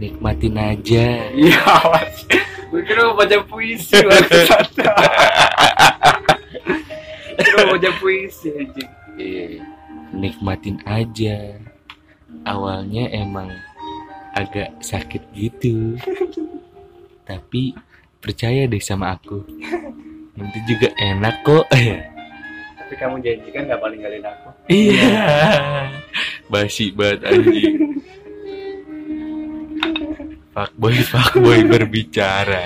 ikutin aja Iya, Mas. Gue kira mau baca puisi, bangsat. Kira mau baca puisi, anjing. Iya. nikmatin aja awalnya emang agak sakit gitu tapi percaya deh sama aku nanti juga enak kok Tapi kamu kan janjikan gak paling galin aku. iya basi banget anjing fuckboy fuckboy berbicara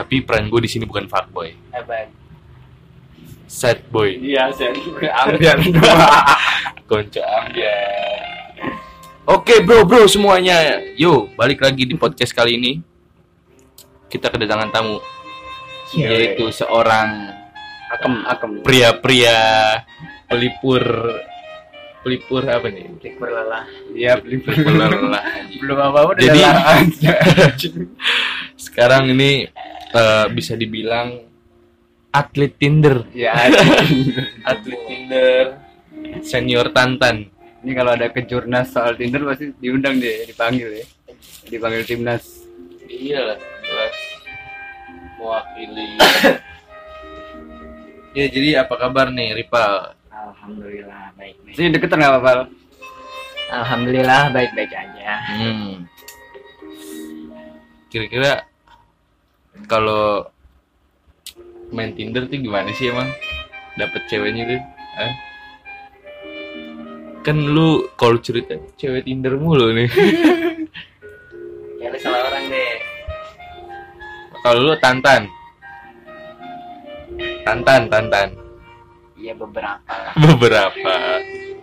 tapi peran gue di sini bukan fuckboy Hebat. sad boy Iya, saya ambian dua. konco ambiar Oke bro bro semuanya, yo balik lagi di podcast kali ini kita kedatangan tamu yaitu seorang Iya, Akem, akem. pria-pria pelipur pelipur apa nih? Pelik berlelah. Iya, Ya, pelik Pelipur lelah. Belum apa-apa udah Jadi- lelah aja. anjing. Sekarang ini eh, bisa dibilang atlet Tinder, Iya, anjing. atlet Tinder senior Tantan. Ini kalau ada kejurnas soal Tinder pasti diundang deh, dipanggil ya. Dipanggil timnas. Iya lah, jelas mewakili. ya jadi apa kabar nih Ripal? Alhamdulillah baik-baik. Sini deketan nggak apa-apa? Alhamdulillah baik-baik aja. Hmm. Kira-kira kalau main Tinder tuh gimana sih emang dapet ceweknya tuh? Hah? Kan lu kalau cerita cewek Tinder mulu nih. Ya lu salah orang deh. kalau lu tantan. Tantan, tantan. Iya beberapa. Beberapa.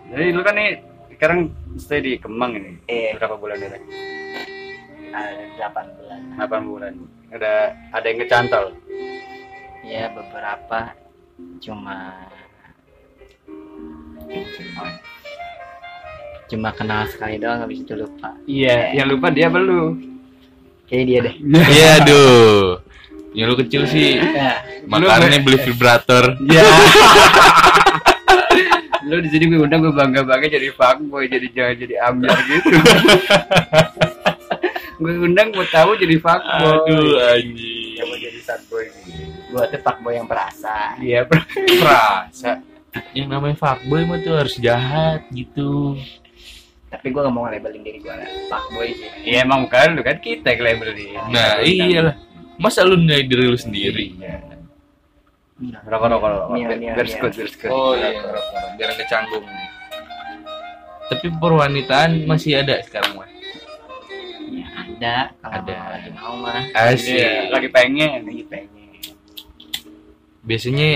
Jadi lu kan nih sekarang stay di Kemang ini. Iya. Berapa bulan ini? Ada delapan bulan. 8 bulan. Ada ada yang ngecantol. Ya beberapa cuma cuma kenal sekali doang habis itu lupa. Iya, yang lupa dia belum. Kayaknya dia deh. Iya, aduh. Yang lu kecil sih. Ya. Makannya beli vibrator. Iya. lu di sini gue undang gue bangga bangga jadi fuckboy jadi jangan jadi ambil gitu. gue undang mau tahu jadi fuckboy. Aduh, Iya, Ya, mau anjing. jadi fuckboy. Gua tuh fuckboy yang perasa. Iya, bro. Perasa. Yang namanya fuckboy mah tuh harus jahat gitu. Tapi gua gak mau nge-labeling diri gua lah. Fuckboy sih. Iya emang bukan lu kan kita yang label dia. Nah, Kita iyalah. Masa lu nilai diri lu sendiri? Iya. Rokok rokok rokok. Iya, iya, Biar iya. skut biar skut. Oh, biar kecanggung nih. Tapi perwanitaan masih ada sekarang mah. Ya, ada gitu kalau Ada. lagi mau mah. Iya, lagi pengen. Lagi pengen. Biasanya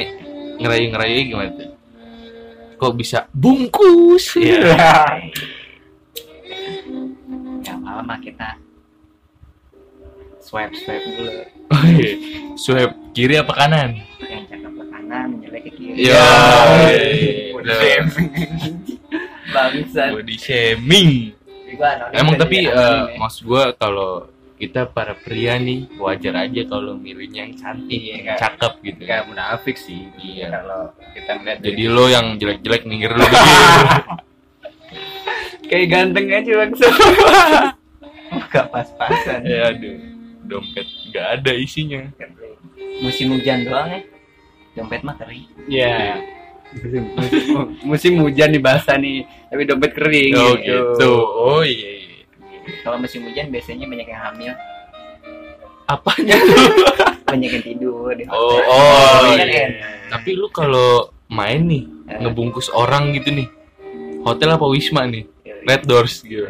ngerayu-ngerayu gimana tuh? Kok bisa bungkus? Iya. Gak apa-apa kita swipe swipe dulu Oh, iya. Swipe kiri apa kanan? yang cakep ke kanan jelek ke kiri Ya. Udah. Udah. bangsat Body shaming. Emang tapi Iya. eh, maksud gue kalau kita para pria nih wajar aja kalau milihnya yang cantik, Iya, yang kan. cakep gitu. Gak munafik sih. Iya. Kalau kita ngeliat ya. dari- Jadi lo yang jelek-jelek minggir lo gitu. kayak ganteng aja bangsa. gak pas-pasan ya aduh, dompet nggak ada isinya. musim hujan doang ya dompet mah kering Iya. Musim, musim- musim hujan nih basah nih, tapi dompet kering Oh gitu. gitu. Oh iya. iya. kalau musim hujan biasanya banyak yang hamil Apanya tuh? banyak yang tidur di Oh, hotel. oh, Kan iya. enak. Tapi lu kalau main nih Eh. ngebungkus orang gitu nih. Hotel apa Wisma nih? Red Doors gitu.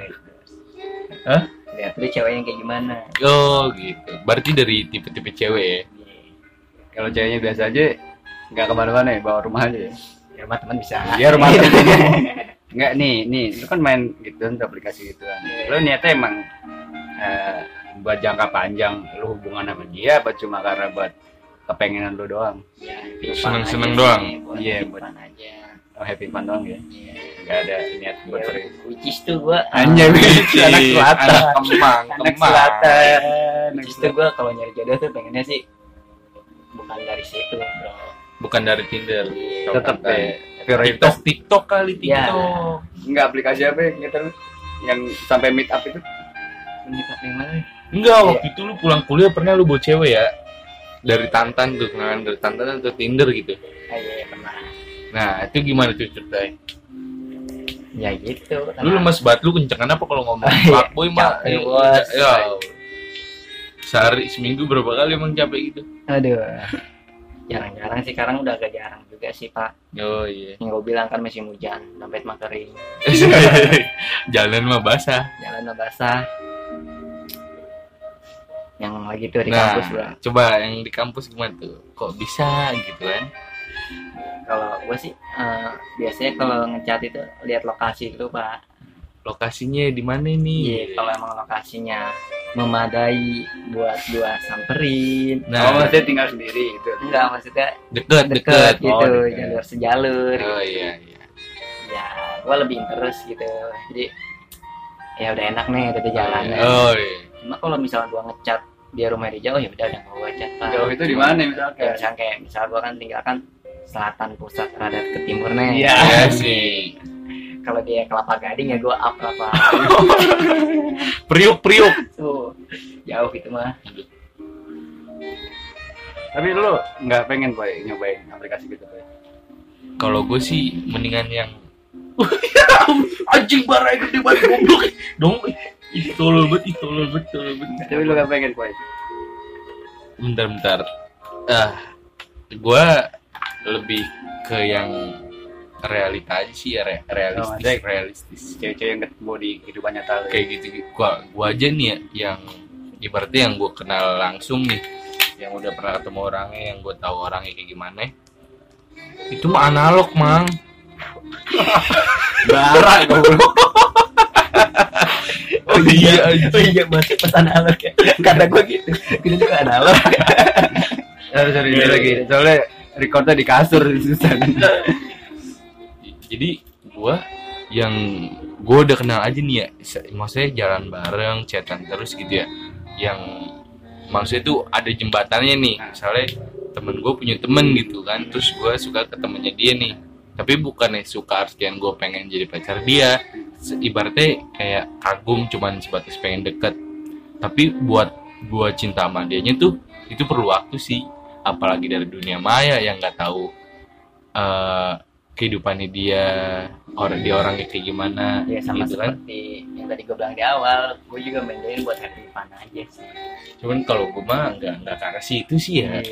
Hah? lihat lu cewek yang kayak gimana Oh gitu. Berarti dari tipe-tipe cewek ya. Kalau ceweknya biasa aja, nggak kemana-mana ya, bawa rumah aja. ya. di rumah teman bisa Iya rumah aja. Nggak nih, nih, lu kan main gitu tuh aplikasi gituan. Lu niatnya emang eh, buat jangka panjang, lu hubungan sama dia, apa cuma karena buat kepengenan lu doang? Ya, Seneng-seneng tipan aja doang. sih, buat Iya, tipan aja Oh, happy fun doang ya? Iya. Nggak ada niat buat Ya, serius. which is tuh gua Anjay, Ah, iya, anak Ih, selatan. anak kemang, anak kemang. selatan anak Justru gue kalau nyari jodoh tuh pengennya sih bukan dari situ bro. Bukan dari Tinder. tetap deh prioritas TikTok, TikTok kali Iya. TikTok. kan, nggak aplikasi apa yang kita lu yang sampai meet up itu menyikapi yang mana Enggak, Ya. waktu itu lu pulang kuliah pernah lu bawa cewek ya? Dari Tantan tuh, kenalan dari Tantan atau Tinder gitu. ah iya iya, pernah Nah, itu gimana tuh ceritanya? ya gitu Lu lemes banget, lu kenceng apa kalau ngomong Iya, fuckboy mah? capek, Ya, bos. ya, sehari seminggu berapa kali emang capek gitu? aduh jarang-jarang sih sekarang udah agak jarang juga sih pak Oh iya. yang gue bilang kan musim hujan dompet mah kering Jalan mah basah. jalan mah basah yang lagi tuh di Nah, kampus bro coba yang di kampus gimana tuh? Kok bisa gitu kan? kalau gue sih eh, biasanya kalau ngecat itu lihat lokasi dulu pak Lokasinya di mana nih? Gitu ya. Iya, kalau emang lokasinya memadai buat gua samperin. Nah, oh maksudnya tinggal sendiri gitu Enggak, maksudnya deket, deket gitu, Oh, deket. jalur sejalur. Oh iya, iya. Ya, gua lebih terus gitu. Jadi ya udah enak nih udah di jalannya. Oh iya. Cuma kalau misalnya gua ngecat dia rumahnya di jauh ya udah udah nggak gua cat. Pak. jauh itu di mana misalkan Kayak misalnya kayak misalnya gua kan tinggal kan selatan pusat rada ke timur nih. Iya. Iya sih. Kalau dia kelapa gading ya gua up kelapa. Priuk-priuk. Tuh jauh gitu mah. tapi lu nggak pengen boy nyobain aplikasi gitu boy Kalau gue sih mendingan yang anjing barang gede banget goblok. Dong itu tolol banget, itu tolol banget, tolol banget. tapi lu nggak pengen boy Bentar bentar. Ah, gue lebih ke yang realita aja sih ya re- realistis Mas Jack. realistis cewek-cewek yang ketemu di kehidupan nyata lu kayak gitu gua gua aja nih ya, yang ibaratnya yang gua kenal langsung nih yang udah pernah ketemu orangnya yang gua tahu orangnya kayak gimana itu mah analog mang Barak goblok. oh iya Oh iya masih pesan analog ya. Kata gua gitu. Kita juga analog. Sorry, sorry, ini lagi. Soalnya recordnya di kasur susah. jadi gua yang gua udah kenal aja nih ya se- maksudnya jalan bareng chatan terus gitu ya yang maksudnya tuh ada jembatannya nih misalnya temen gue punya temen gitu kan terus gua suka ke temennya dia nih tapi bukannya suka artian gue pengen jadi pacar dia Se- ibaratnya kayak kagum cuman sebatas pengen deket tapi buat gua cinta sama dianya tuh itu perlu waktu sih apalagi dari dunia maya yang nggak tahu eh kehidupannya dia orang dia orangnya kayak gimana Ya sama gitu kan seperti yang tadi gue bilang di awal, gue juga maintain buat happy fun aja sih. cuman kalau gue mah nggak nggak ke arah situ sih ya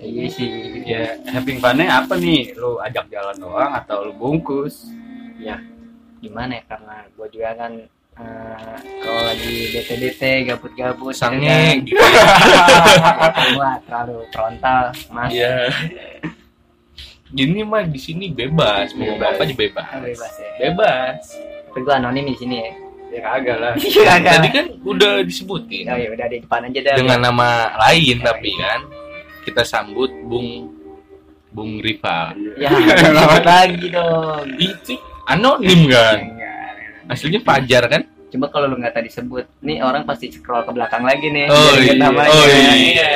Iya, Iya sih. ya, having fun-nya apa nih? Lu ajak jalan doang atau lu bungkus? Gimana ya karena gue juga kan eh, kalau lagi bete-bete, gabut-gabut, sange gitu gitu kan. Gua terlalu frontal, mas. ya gini mah di sini bebas mau ngomong Bebas. apa aja bebas Kan Bebas ya. bebas Tapi gue anonim di sini ya. Ya kagak lah. Iya tadi kan udah disebutin Oh ya udah di depan aja dah. dengan nama lain Ya, tapi iya. kan kita sambut Bung Bung Riva Ya, sambut lagi dong. itu anonim kan Enggak, enggak. aslinya Fajar kan Coba kalau lu nggak tadi sebut, nih orang pasti scroll ke belakang lagi nih. Oh Jadi ya. iya, namanya. oh iya.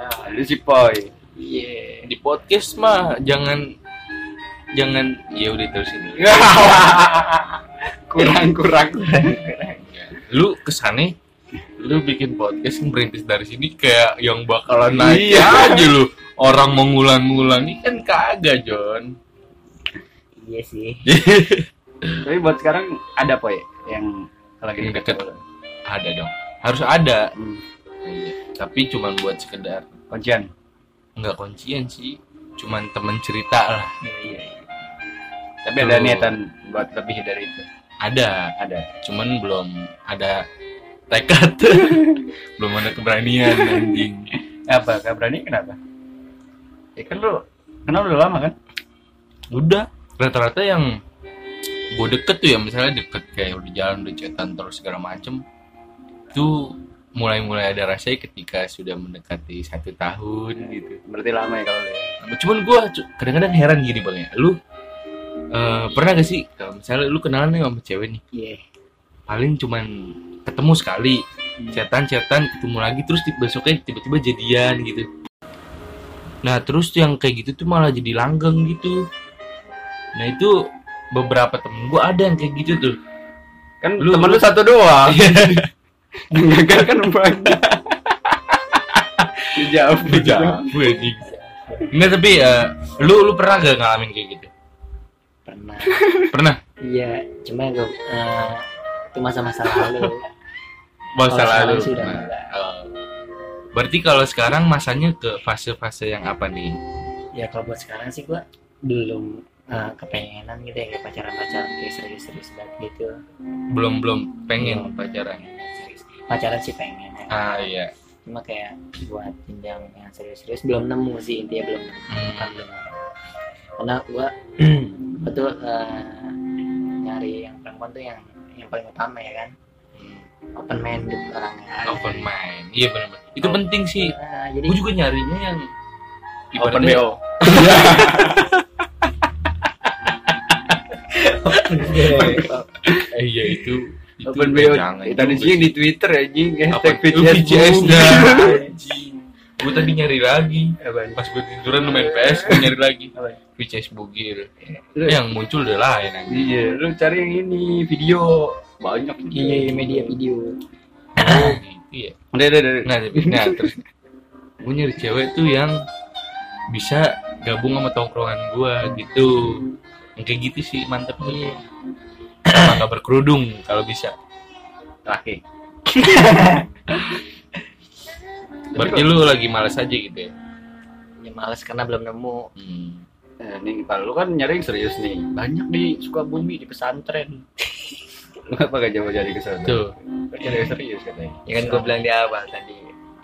Nah, Lu si Poi. Iya. di podcast mah jangan jangan ya udah terus ini kurang kurang. Ya. lu kesana lu bikin podcast ngerintis dari sini kayak yang bakalan naik Iya. aja lu orang mengulang-ulang ini kan kagak John Iya sih. Tapi buat sekarang ada Poi yang lagi Yang deket. deket. ada dong harus ada Hmm. Iya. tapi cuman buat sekedar Kuncian. nggak kuncian sih cuman temen cerita lah Iya, iya. Tapi ada Tuh. niatan buat lebih dari itu. ada Ada. cuman belum ada tekad belum ada keberanian anjing Eh, Apa? Gak berani kenapa? Ya kan lu kenal udah lama kan? udah rata-rata yang gue deket tuh ya misalnya deket kayak udah jalan udah cetan terus segala macem tuh mulai-mulai ada rasanya ketika sudah mendekati satu tahun gitu Berarti lama ya kalau lu. ya? cuman gue kadang-kadang heran gini bang ya lu eh, pernah gak sih kalau misalnya lu kenalan nih sama cewek nih Iya. paling cuman ketemu sekali cetan cetan ketemu lagi terus ti- besoknya tiba-tiba jadian gitu nah terus yang kayak gitu tuh malah jadi langgeng gitu nah itu beberapa temen gue ada yang kayak gitu tuh Kan Lu- Iya. temen lu lu- satu doang. yang gagal kan banyak dijawab Jangan, gue anjing. Nggak gitu. tapi eh, lu lu pernah gak ngalamin kayak gitu? pernah Pernah? iya cuma gue eh, itu masa-masa lalu Masa Kalau lalu. sekarang sudah Nah, enggak. oh. Berarti kalau sekarang masanya ke fase-fase yang apa nih? ya kalau buat sekarang sih gue belum eh, kepengenan gitu ya kayak pacaran-pacaran kayak serius-serius banget gitu Belum belum pengen pacaran. serius pacaran sih pengen ya. Ah iya. cuma kayak buat jenjang yang serius-serius belum nemu sih intinya belum nemu. bukan Hmm. belum nemu. karena gua gua tuh eh, nyari yang perempuan tuh yang yang paling utama ya kan open minded orangnya Open mind. Iya benar. Itu Oh. penting sih. Nah, jadi Gue juga nyarinya yang open ibaratnya- bo Eh, iya itu. itu open bo jangan. tadi Itu sih di twitter anjing hashtag Apa itu? VCS VCS dah dah. Gue tadi nyari lagi. Iya, Pas gue tiduran lu main PS, gue nyari lagi. Apa? VCS bugil. Lu- Yang muncul udah lain anjing. iya lu cari yang ini video banyak iya iya, media video Oh, gitu ya. udah udah udah Nah, tapi- nah terus gue nyari cewek tuh yang bisa gabung sama tongkrongan gua gitu. Yang kayak gitu sih mantep nih. Sama nggak berkerudung kalau bisa. laki Berarti lu lagi males aja gitu ya. ya males karena belum nemu Hmm. Eh, nih kalau lu kan nyari yang serius nih banyak di Sukabumi di pesantren lu apa gak coba cari ke sana Tuh. Lu cari yang serius katanya ya kan gue bilang di awal tadi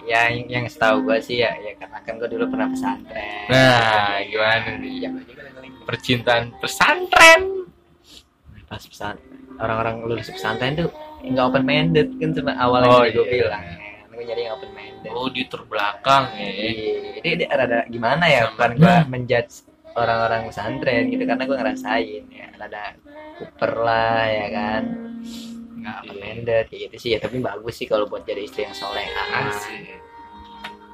ya yang, yang setahu gue sih ya ya karena kan gue dulu pernah pesantren Nah, gimana Iya, nih? gua juga dengerin. Percintaan pesantren. pas pesantren orang-orang lulus pesantren tuh nggak open minded kan cuma awalnya Oh, gue iya. bilang kan gue nyari yang open minded Oh, di terbelakang ya. jadi dia rada gimana ya bukan gue menjudge orang-orang pesantren gitu karena gue ngerasain ya rada kuper lah ya kan nggak open minded kayak gitu sih ya tapi bagus sih kalau buat jadi istri yang ya. soleh Ah, Asik.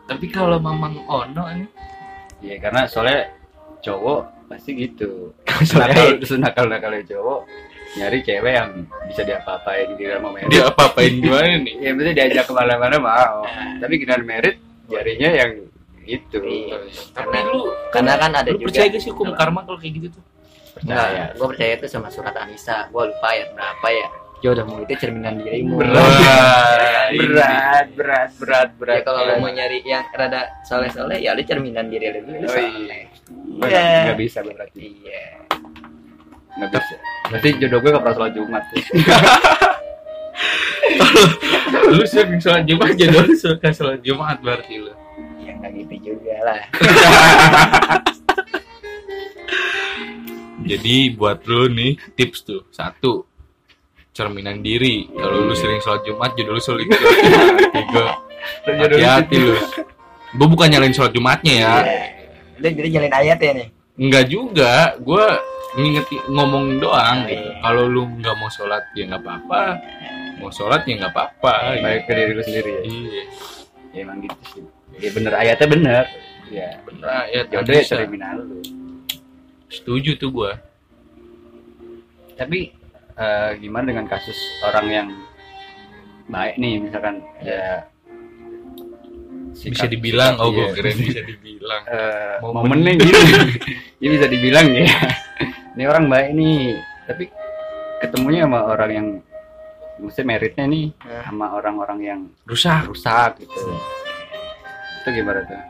Tapi kalau Mamang Ono nih, Iya karena soalnya cowok pasti gitu. Soalnya- Nakal nakal nakalnya cowok nyari cewek yang bisa diapa-apain giliran mau merit. dia apa-apain gimana nih? Ya maksudnya diajak kemana-mana mau. Tapi giliran merit jarinya yang itu. Iya. Tapi lu karena kan ada lu juga percaya gak sih hukum Apa? karma kalau kayak gitu tuh? Enggak, Percaya. gue percaya itu sama surat Anissa. Gue lupa ya berapa ya. Jodohmu itu cerminan dirimu. Berat. Berat, berat, berat, berat. Ya kalau lu berat. mau nyari yang rada soleh-soleh ya lu cerminan diri lu dulu. Oh, soleh. Gua Iya. nggak- nggak bisa berarti. Iya. Nggak bisa. Berarti jodoh gue gak pernah sholat Jumat. lu sering sholat jumat jadi lu suka sholat jumat berarti lu Ya enggak gitu juga lah. jadi buat lu nih tips tuh satu cerminan diri kalau lu sering sholat jumat jadi lu sholat jumat tiga Lu jodoh lu hati-hati lu gue bukan nyalain sholat jumatnya ya Iya. Lu jadi jalin ayat ya nih. enggak juga gue ngingeti ngomong doang gitu Iya. kalau lu nggak mau sholat ya nggak apa-apa mau sholat ya nggak apa-apa Baik ke diri lu sendiri ya. iya Ya emang gitu sih. Ya bener ayatnya bener. Iya. bener ya Jodoh ya Anissa. cerminan lu. setuju tuh gue tapi eh, gimana dengan kasus orang yang baik nih misalkan ya bisa dibilang oh gue iya. keren bisa dibilang eh, Momen. momennya gitu ya bisa dibilang ya ini orang baik nih tapi ketemunya sama orang yang mesti meritnya nih Nah. sama orang-orang yang rusak rusak gitu itu gimana tuh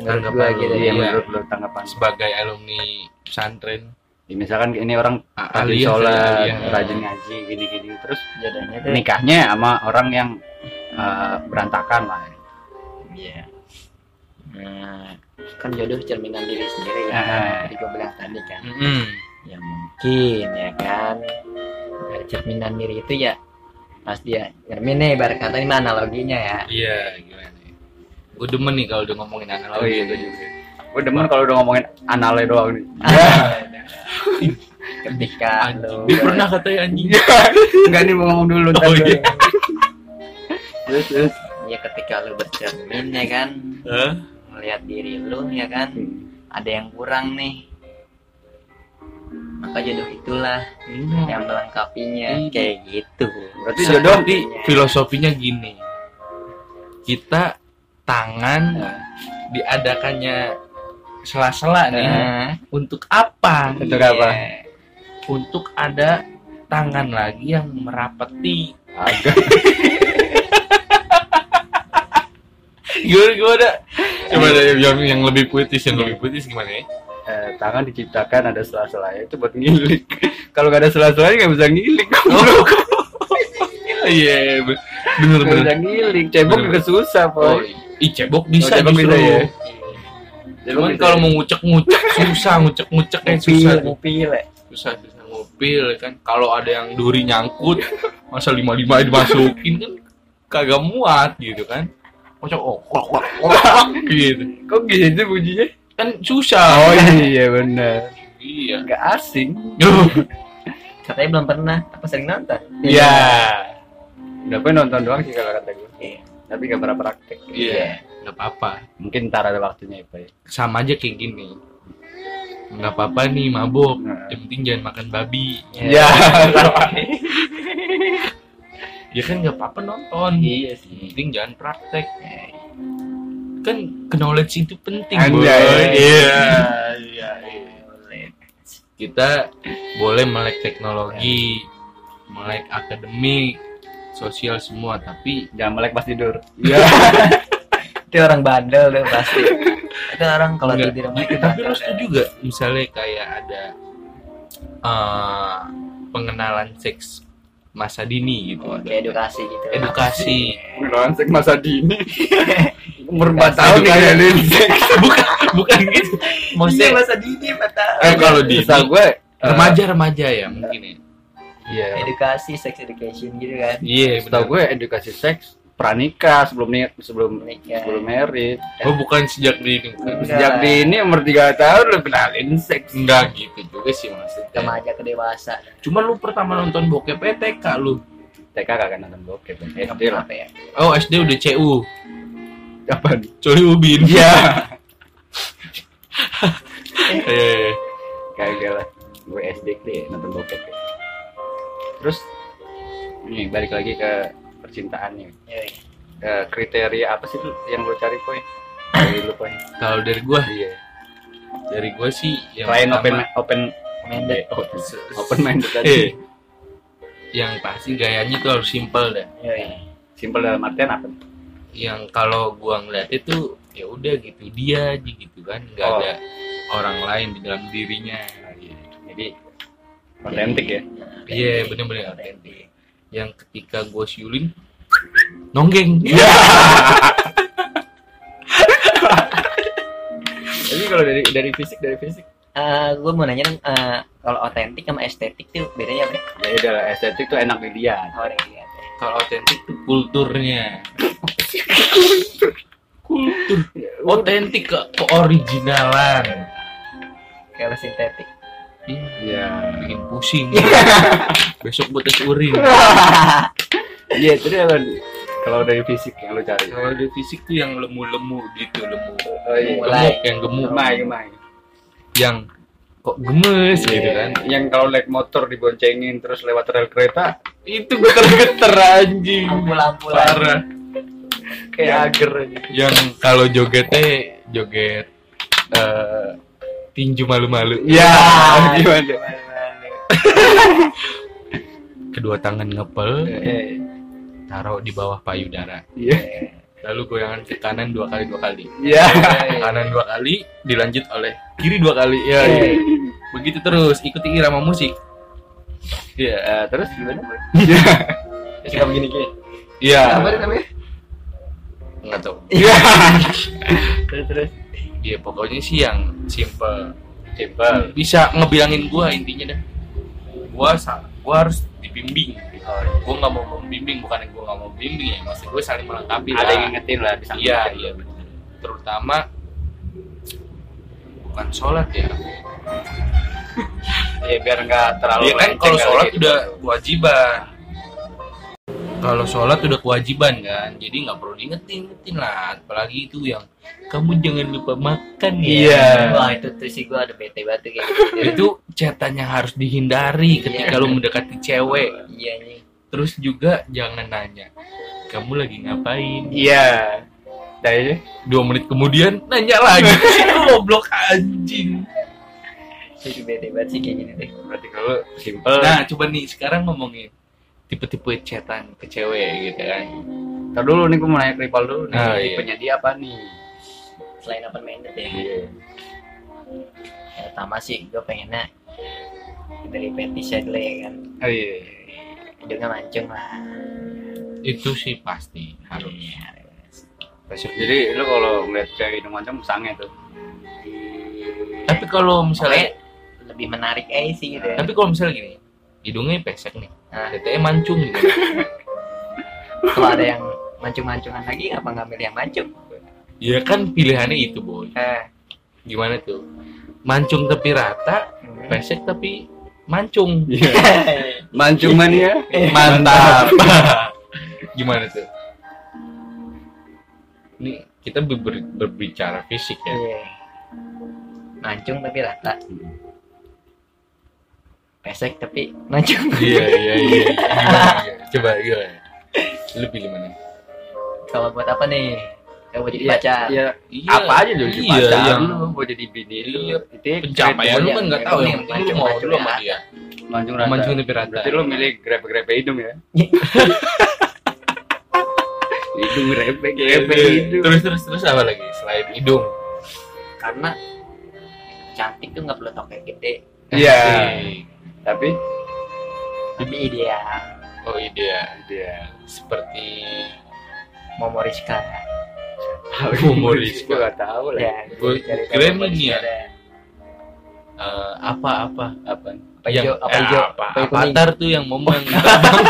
Menurut Tanggapan gua lu, gitu. iya. iya menurut lo tanggapan sebagai alumni pesantren ya, Ya, misalkan ini orang A- rajin alia, sholat alia. rajin ngaji gini-gini terus Jodohnya tuh. nikahnya sama orang yang eh, berantakan lah Iya. Nah, kan jodoh cerminan diri sendiri ya. Ah. Tadi gue bilang tadi kan. Mm-mm. ya mungkin ya kan dari cerminan diri itu ya pas dia cermin nih ibarat kata ini mah analoginya ya iya gimana gue demen nih kalau udah ngomongin analogi Oh iya, gua juga. Gue demen kalau udah ngomongin analnya doang nih. ketika Anjing, lo dia pernah katanya anjing Enggak nih mau ngomong dulu ntar Oh gua. iya. Terus terus. ya ketika lo bercermin ya kan Hah? melihat diri lo ya kan ada yang kurang nih maka jodoh itulah Iya. yang melengkapinya Iya. kayak gitu Berarti Itu jodoh jodoh di filosofinya gini. Kita tangan Nah, diadakannya sela-sela nih. Nah, Untuk apa? Untuk apa? iya. Untuk ada tangan lagi yang merapati. agak Gimana gimana? Coba dari yang, yang lebih puitis, yang lebih puitis gimana ya? eh, tangan diciptakan ada sela-selanya itu buat ngilik. Kalau nggak ada sela-selanya nggak bisa ngilik. Iya, be- bener Nggak bener. bisa ngilik. Cebok juga susah, Oh, boy. ih, cebok bisa Oh, cebok justru. bisa ya. Cebok Cuman bisa kalau ya. mau ngucek-ngucek susah, ngucek-ngucek kan susah. Ngupil, ya. Susah susah ngupil kan. Kalau ada yang duri nyangkut, masa lima-lima dimasukin kan kagak muat gitu kan. Kocok oh, klok, klok, klok, klok, gitu. Kok gitu bunyinya? Kan susah. Oh iya benar. Iya. Nggak asing. Duh. katanya belum pernah apa sering nonton Iya. Udah gue nonton doang sih kalau kata gue. Tapi nggak pernah praktek. Iya, nggak apa-apa. Mungkin ntar ada waktunya ya, Pak. Sama aja kayak gini. Nggak apa-apa nih mabok. Nah. Yang penting jangan makan babi. Iya. Ya kan nggak apa-apa nonton. iya Yang sih penting jangan praktek kan knowledge itu penting boy Anjay. iya iya kita boleh melek teknologi melek akademik sosial semua tapi Jangan melek pas tidur. Iya. itu orang bandel tuh pasti itu orang kalau Enggak. tidur main tapi lu setuju gak misalnya kayak ada eh, pengenalan seks masa dini gitu kayak edukasi gitu edukasi Menolak seks masa dini. Umur 4 tahun tahun nih kayak nih bukan bukan gitu Iya, maksudnya masa dini mata eh kalau di Bisa gue remaja remaja ya mungkin ya Iya. edukasi sex education gitu kan iya benar. Setahu gue edukasi seks pranikah sebelum nih sebelum Menikah. sebelum merit. ya. Oh bukan sejak di bukan. Iya. Enggak Sejak lah. dini umur 3 tahun lu kenalin seks. Enggak gitu juga sih maksudnya. sama aja ke dewasa Cuma lu pertama nonton bokep eh, TK lu. TK kagak kan nonton bokep. SD Iya, lah. apa ya Oh SD udah CU. Kapan? Coli Ubin. Iya. Eh, Kagak lah. Gue SD kali ya, nonton bokep. ya. Terus nih balik lagi ke percintaan nih. Yoi. Eh, kriteria apa sih tuh yang lo cari poin? Dari lu poin. kalau dari gua, Iya. dari gua sih yang Selain open pertama- Iya. open Mendek. open, Se- open minded Eh, tadi. yang pasti gayanya tuh harus simple dah. Yoi. Simpel dalam artian apa? Yang kalau gua ngeliat itu ya udah gitu dia aja gitu kan, nggak Oh. Iya. ada orang lain di dalam dirinya. Jadi otentik ya. Iya, bener-bener otentik. Yang ketika gua siulin nonggeng. Iya. Jadi kalau dari dari fisik dari fisik gue mau nanya dong, eh, kalau otentik sama estetik tuh bedanya apa? ya? ya udah lah, estetik tuh enak dilihat. Apa yang dilihat ya? kalau otentik tuh kulturnya kultur otentik ke keoriginalan Kalau sintetik. Ih, Iya. bikin pusing besok buat tes urin Iya, jadi kalau kalau dari fisik yang lo cari. kalau di fisik tuh yang lemu-lemu gitu lemu Oh iya. gemuk yang gemuk Gemai, gemai. yang kok gemes gitu Iya. kan Yang kalau naik motor diboncengin terus lewat rel kereta itu geter-geter anjing Lampu-lampu parah kayak ager aja. yang kalau jogetnya joget eh, tinju malu-malu Iya, Ah, gimana? kedua tangan ngepel Eh, taruh di bawah payudara Iya. lalu goyangan ke kanan dua kali dua kali Iya. Ke kanan dua kali dilanjut oleh kiri dua kali ya iya. Iya. begitu terus ikuti irama musik ya Eh, terus gimana? Boy? Ya, Suka begini gini. iya Apa tuh namanya? nggak tahu Iya. terus terus. ya pokoknya sih yang simple Simpel. bisa ngebilangin gua intinya dah gua sa- gua harus dibimbing Oh, iya. gua nggak mau membimbing bukan yang gua nggak mau bimbing ya maksud gua saling melengkapi Ada lah. yang ngingetin lah bisa iya ngingetin. iya bener. terutama bukan sholat ya Iya biar nggak terlalu Iya kan kalau lenceng sholat kali gitu. udah kewajiban kalau sholat udah kewajiban kan jadi nggak perlu diingetin ingetin lah apalagi itu yang kamu jangan lupa makan ya Wah itu tuh sih gue ada bete banget tuh kayak gitu. itu cetanya harus dihindari ketika Iya. lu mendekati cewek Iya nih. terus juga jangan nanya kamu lagi ngapain Iya. Dari dua menit kemudian nanya lagi lu goblok anjing Itu bete banget sih kayak gini deh. berarti kalau simple. Nah, nah coba nih sekarang ngomongin tipe-tipe cetan ke cewek gitu kan ntar dulu nih gue mau nanya ke Ripal dulu nih. Ah, iya. Tipenya dia apa nih? Selain open minded ya. Iya. Yang pertama sih gue pengennya dari petisnya dulu ya kan. Oh iya. Hidungnya mancung lah. itu sih pasti harus Iya. Jadi lu kalau ngeliat cewek hidung mancung sange tuh. tapi kalau misalnya Soalnya lebih menarik aja sih gitu ya. Tapi kalau misalnya gini, hidungnya pesek nih, Nah, tetenya mancung gitu. kalau ada yang mancung-mancungan lagi apa nggak milih yang mancung? ya kan pilihannya itu boy. Eh, Gimana tuh? Mancung tapi rata, Hmm. pesek tapi mancung. Mancung ya? mania. Mantap. Gimana tuh? Ini kita ber- ber- berbicara fisik ya. Iya. Mancung tapi rata. Pesek tapi mancung. Iya iya iya. Gimana, gimana? Coba gimana? Lu pilih mana? Kalau buat apa nih? Kalau buat jadi Iya, pacar. Iya. Iya, Apa aja dulu iya, yang lu mau jadi bini lu. ya, Iya. Titik, pencapaian lu kan nggak tahu Iya, yang penting lu mancung- mau mancung dulu sama rata. dia. mancung rata. Mancung tapi rata. Berarti lu milih grepe-grepe hidung ya? hidung grepe, Iya, grepe iya. hidung. Terus terus terus apa lagi selain hidung? Karena cantik tuh nggak perlu tokek gede. Eh, Iya. Asik. Tapi Tapi ideal, Oh iya, dia seperti Momo Rizka. Humoris. gue gak tahu lah. Ya, Gua cari kira Momo ini Rizka ya. deh. eh, apa-apa Apa? Ah, Apa hijau? Apa Eh, apa, Iya. hijau? Apa hijau kuning? avatar tuh yang momo yang terbang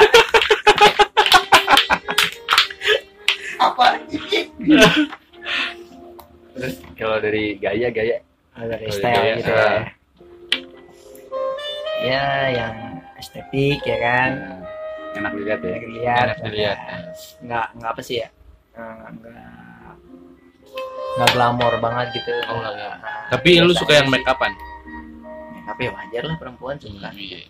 Terus kalau dari gaya-gaya Ada Oh, Ada style iya, gaya, gitu ya. ah. Ya, yang estetik ya kan. Nah, enak dilihat ya. Enak dilihat. enak dilihat. nggak nggak apa sih ya Eh, nggak nggak glamor banget gitu Oh, nggak glamor. Nah, Tapi lu biasa suka yang aja make upan? sih. make up ya wajar lah perempuan kan. suka Iya.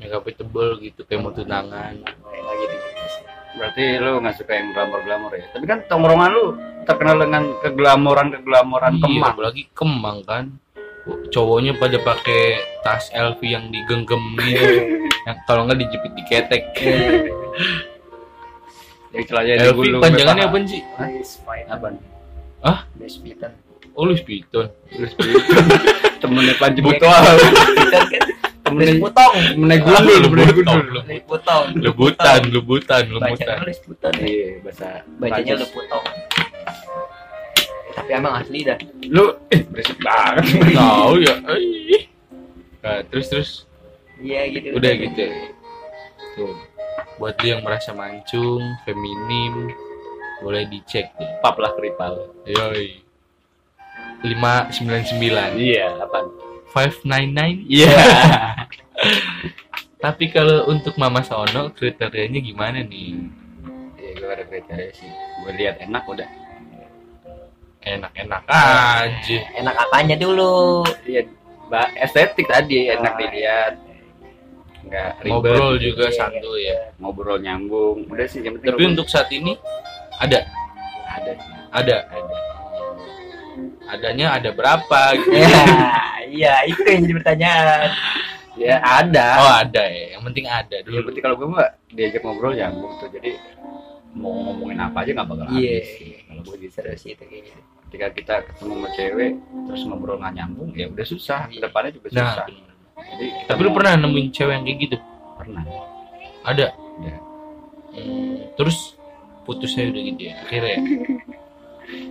Make upnya tebel gitu kayak mau tunangan. Kayak nggak gitu juga sih. Berarti lu nggak suka yang glamor-glamor ya. Tapi kan tongkrongan lu terkenal dengan keglamoran-keglamoran Iya, kemang. apalagi kemang kan. Cowoknya pada pakai tas LV yang digenggam gitu. yang kalau nggak dijepit di ketek. Iya. Yang celahnya di LV gulung. panjangannya apa sih? Louis Vuitton. Apaan? Hah? Louis Vuitton. Oh, Louis Vuitton. Terus di- temennya panji Iya, butuh. Vuitton kan Temennya Louis Vuitton. temennya Ah, gulung, temennya lebutan, gulung. Louis Vuitton. lebutan, lebutan, lebutan. Bacanya Louis Vuitton. ya. Iya, bahasa Bacanya Prancis. Louis Vuitton. Tapi emang asli dah. lu eh berisik banget. tahu ya Ih. nah, terus terus Iya gitu. udah gitu tuh buat lu yang merasa mancung feminim boleh dicek tuh Pap lah kripal. yoi lima sembilan sembilan Iya, apaan? five nine nine Iya. tapi kalau untuk mama sono kriterianya gimana nih Iya, gue ada kriteria sih. Gue lihat enak udah. enak-enak aja Enak apanya dulu? Iya, ba- estetik tadi enak Ah. dilihat. Enggak ribet. Iya, ngobrol juga santuy ya ngobrol nyambung. Udah sih yang penting tapi untuk saat ini ada ada sih. ada Ada. adanya ada berapa gitu Ya, iya itu yang jadi pertanyaan. Ya ada. oh ada ya yang penting ada Yang dulu penting kalau gue mah diajak ngobrol nyambung tuh. Jadi mau ngomongin apa aja nggak bakal Iya. habis. sih. Kalau gue gitu. Seru sih itu kayak gitu. Ketika kita ketemu sama cewek terus ngobrol nggak nyambung ya udah susah. Kedepannya juga Nah, susah. Jadi kita Tapi lu mau- pernah nemuin cewek yang kayak gitu? pernah. Ada. Ada. Hmm, terus putusnya udah gitu ya akhirnya. ya?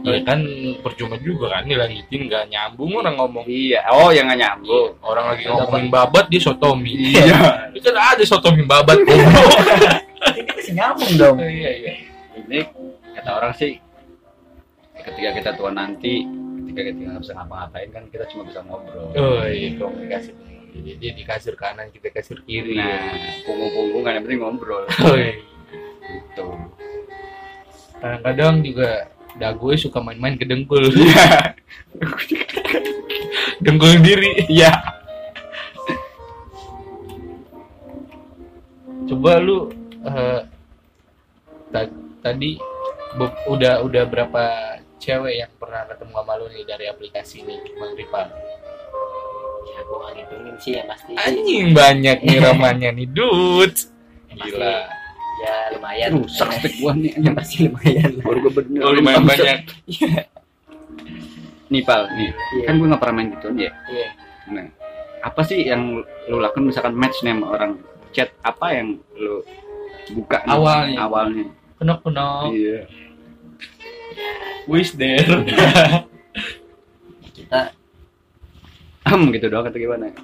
Ya kan percuma juga kan dilanjutin nggak nyambung orang ngomong. Iya. Oh, yang nggak nyambung. Orang lagi ngomongin babat dia sotomi. Iya. Itu kan ada sotomi babat. Ini masih nyambung dong. Iya iya. ini kata orang sih ketika kita tua nanti ketika kita nggak bisa ngapa-ngapain kan kita cuma bisa ngobrol Oh iya komunikasi. Jadi dia di kasur kanan kita kasur kiri. nah punggung-punggung kan yang penting ngobrol Oh, iya. gitu kadang-kadang juga dagoe suka main-main ke dengkul dengkul diri iya coba lu eh, ta- tadi be- udah udah berapa cewek yang pernah ketemu sama lu nih dari aplikasi ini Bang Ripa ya gue nggak ngitungin sih ya pasti anjing banyak nih ramanya nih dude gila ya lumayan rusak stick gua nih ya pasti lumayan lah. baru gua bener Oh, lumayan Bangsat. banyak nih pal nih Iya, kan gua nggak pernah main gituan ya iya. nah apa sih yang lu lakukan misalkan match nih sama orang chat apa yang lu buka nih? Awalnya. Oh. awalnya kenok kenok iya wish there kita Ahem, gitu doang atau gimana ya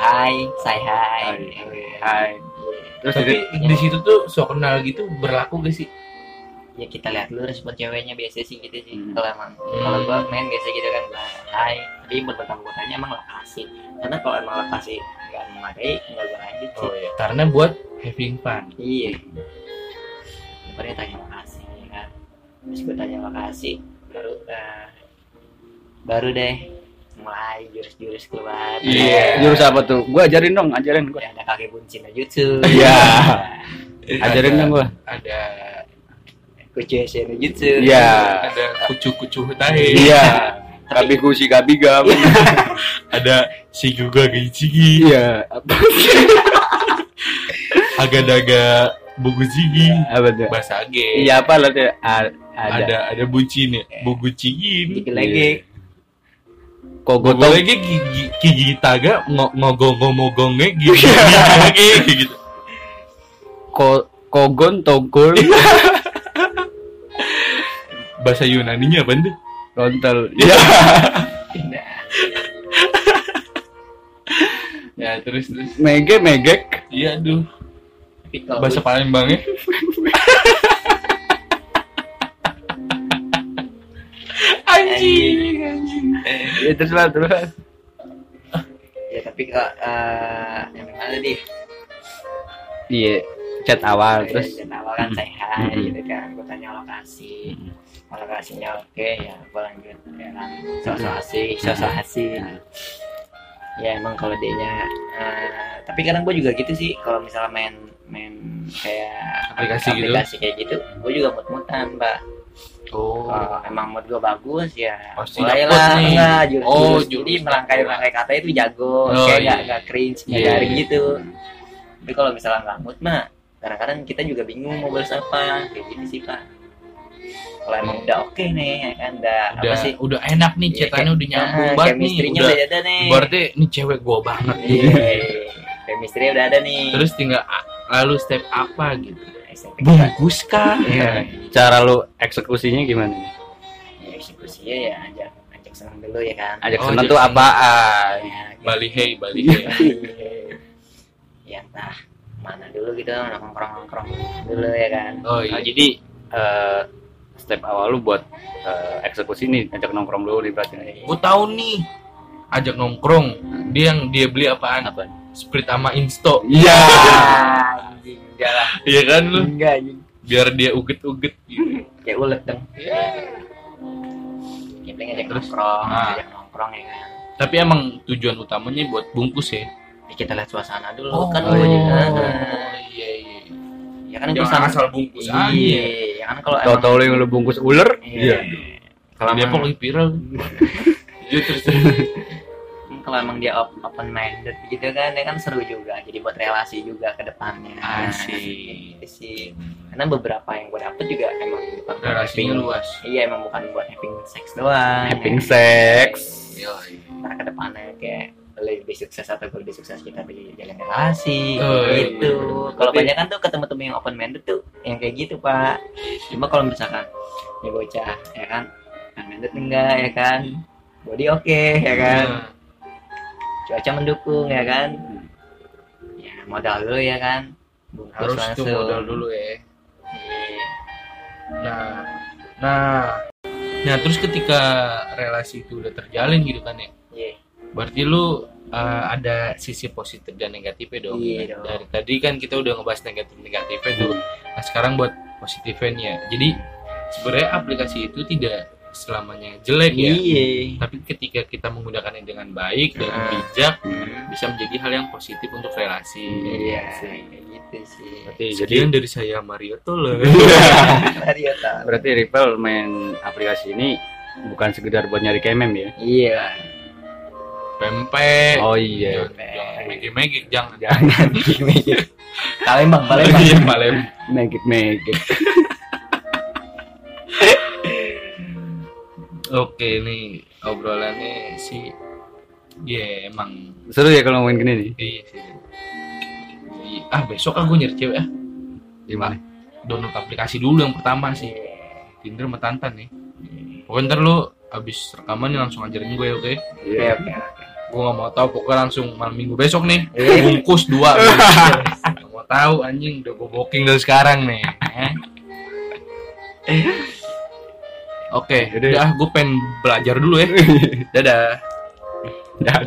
hai say hai Hai. Iya. hai terus tapi di situ tuh so kenal gitu berlaku gak sih ya kita lihat dulu respon ceweknya biasa sih gitu sih Hmm. kalau emang Hmm. kalau gua main biasa gitu kan gua hai tapi buat pertama gua tanya emang lokasi karena kalau emang lokasi nggak memakai nggak gua lanjut sih iya. karena buat having fun iya Depannya tanya lokasi ya kan terus gua tanya lokasi baru eh, baru deh mulai jurus-jurus keluar Iya. jurus apa tuh gua ajarin dong ajarin gua Ya, ada kaki buncin aja tuh Iya. Nah, ajarin dong gua ada kucu Asian aja Iya. ada kucu-kucu tahe iya kabi kusi kabi gam ada si guga gigi iya apa agak-agak buku cigi apa tuh bahasa age iya apa lah tuh ada A- ada ada, bucin ya buku cigin Dikit lagi. gue kogotong lagi gigi gigi taga ngogong ngomongongnya gigi Iya. lagi gitu ko kogon togol bahasa Yunaninya apa tuh kontol iya ya terus terus mege megek iya aduh Tapi kalau bahasa ya? Palembangnya anjing anjing ya terus lah terus ya tapi kalau eh, yang mana tadi iya chat awal Dari terus yang awal kan saya hai Mm-mm. gitu kan gue tanya lokasi kalau lokasinya oke ya gue lanjut ya kan sosok asik sosok asik Mm. Iya. ya emang kalau dia nya tapi kadang gue juga gitu sih kalau misalnya main main kayak Aplikasi gitu? kayak gitu gue juga mut mutan pak oh Kalau emang mood gue bagus ya Pasti mulailah dapet nih. enggak jurus, Oh, jurus. jurus jadi melangkai melangkai kata itu jago Oh, kayak iya. nggak nggak cringe nggak Iya, garing iya. gitu tapi kalau misalnya nggak mood mah kadang-kadang kita juga bingung mau bahas apa kayak gitu sih pak kalau emang udah oke nih ya kan udah, udah apa sih udah enak nih Iya, ceritanya udah nyambung banget nih chemistry-nya udah udah ada nih berarti ini cewek gua banget gitu. iya chemistry udah ada nih terus tinggal a- lalu step apa gitu SMP kita bungkus kah Iya. cara lu eksekusinya gimana ya, eksekusinya ya ajak ajak senang dulu ya kan ajak Oh, senang ajak tuh senang. apaan Ya, Bali hey Bali hey ya entah mana dulu gitu nongkrong nongkrong dulu ya kan oh iya Nah, jadi eh, step awal lu buat eh, eksekusi nih ajak nongkrong dulu di berarti gua tahu nih ajak nongkrong dia yang dia beli apaan apa spirit sama insto iya Ah, anjing, enggak lah iya kan lu enggak anjing. biar dia uget-uget gitu ya ulet dong ya paling ngajak Terus? nongkrong Ah. ngajak nongkrong ya kan tapi emang tujuan utamanya buat bungkus ya ya, kita lihat suasana dulu kan oh, gua iya. juga iya iya ya kan gua jangan sama asal bungkus aja iya ya kan kalau emang tau-tau lu yang lu bungkus ular iya kalau dia kok emang, lagi viral Iya terus Hmm, kalau emang dia open minded gitu kan ya kan seru juga jadi buat relasi juga ke depannya Asik. Gitu sih karena beberapa yang gue dapet juga emang bukan buat relasinya having- luas iya emang bukan buat having sex doang Iya. having sex Iya, karena kedepannya kayak lebih sukses atau gue lebih sukses kita beli jalan relasi Oh, iya. gitu kalau Tapi- banyak kan tuh ketemu temen yang open minded tuh yang kayak gitu pak cuma kalau misalkan ini bocah ya kan open minded enggak ya kan Hmm. body oke ya kan Nah, cuaca mendukung ya kan Hmm. ya modal dulu ya kan bungkus harus tuh langsung modal dulu ya Iya. nah nah nah terus ketika relasi itu udah terjalin gitu kan ya Iya. berarti lu uh, ada sisi positif dan negatifnya dong Iya dong. dari tadi kan kita udah ngebahas negatif negatifnya tuh Nah, sekarang buat positifnya nih ya. Jadi sebenarnya aplikasi itu tidak selamanya jelek ya. Hmm. Iya. Tapi ketika kita menggunakannya dengan baik dan Ah. bijak bisa menjadi hal yang positif untuk relasi. Iya. Sih. kayak Gitu sih. Sekian dari saya Mario Tolo. Mario tahu. Berarti Ripple main aplikasi ini bukan sekedar buat nyari kemem ya? Iya. Pempek. Oh iya. Jangan- Jangan megi-megi jangan. Jangan Palembang, Palembang. Iya, Palembang. megit megit. Oke nih obrolannya sih ya emang Seru ya kalau main gini nih. iya sih. Iya. Ah besok aku nyari cewek ah. Gimana? Download aplikasi dulu yang pertama sih. Tinder sama Tantan nih. Pokoknya ntar lu abis rekaman nih langsung ajarin gue oke. Oke, Iya. oke. Gue gak mau tahu pokoknya langsung malam minggu besok nih. Bungkus dua. gak mau tahu anjing udah gue booking dari sekarang nih. Eh. Oke, Yaudah. udah gue pengen belajar dulu ya. Dadah. Dan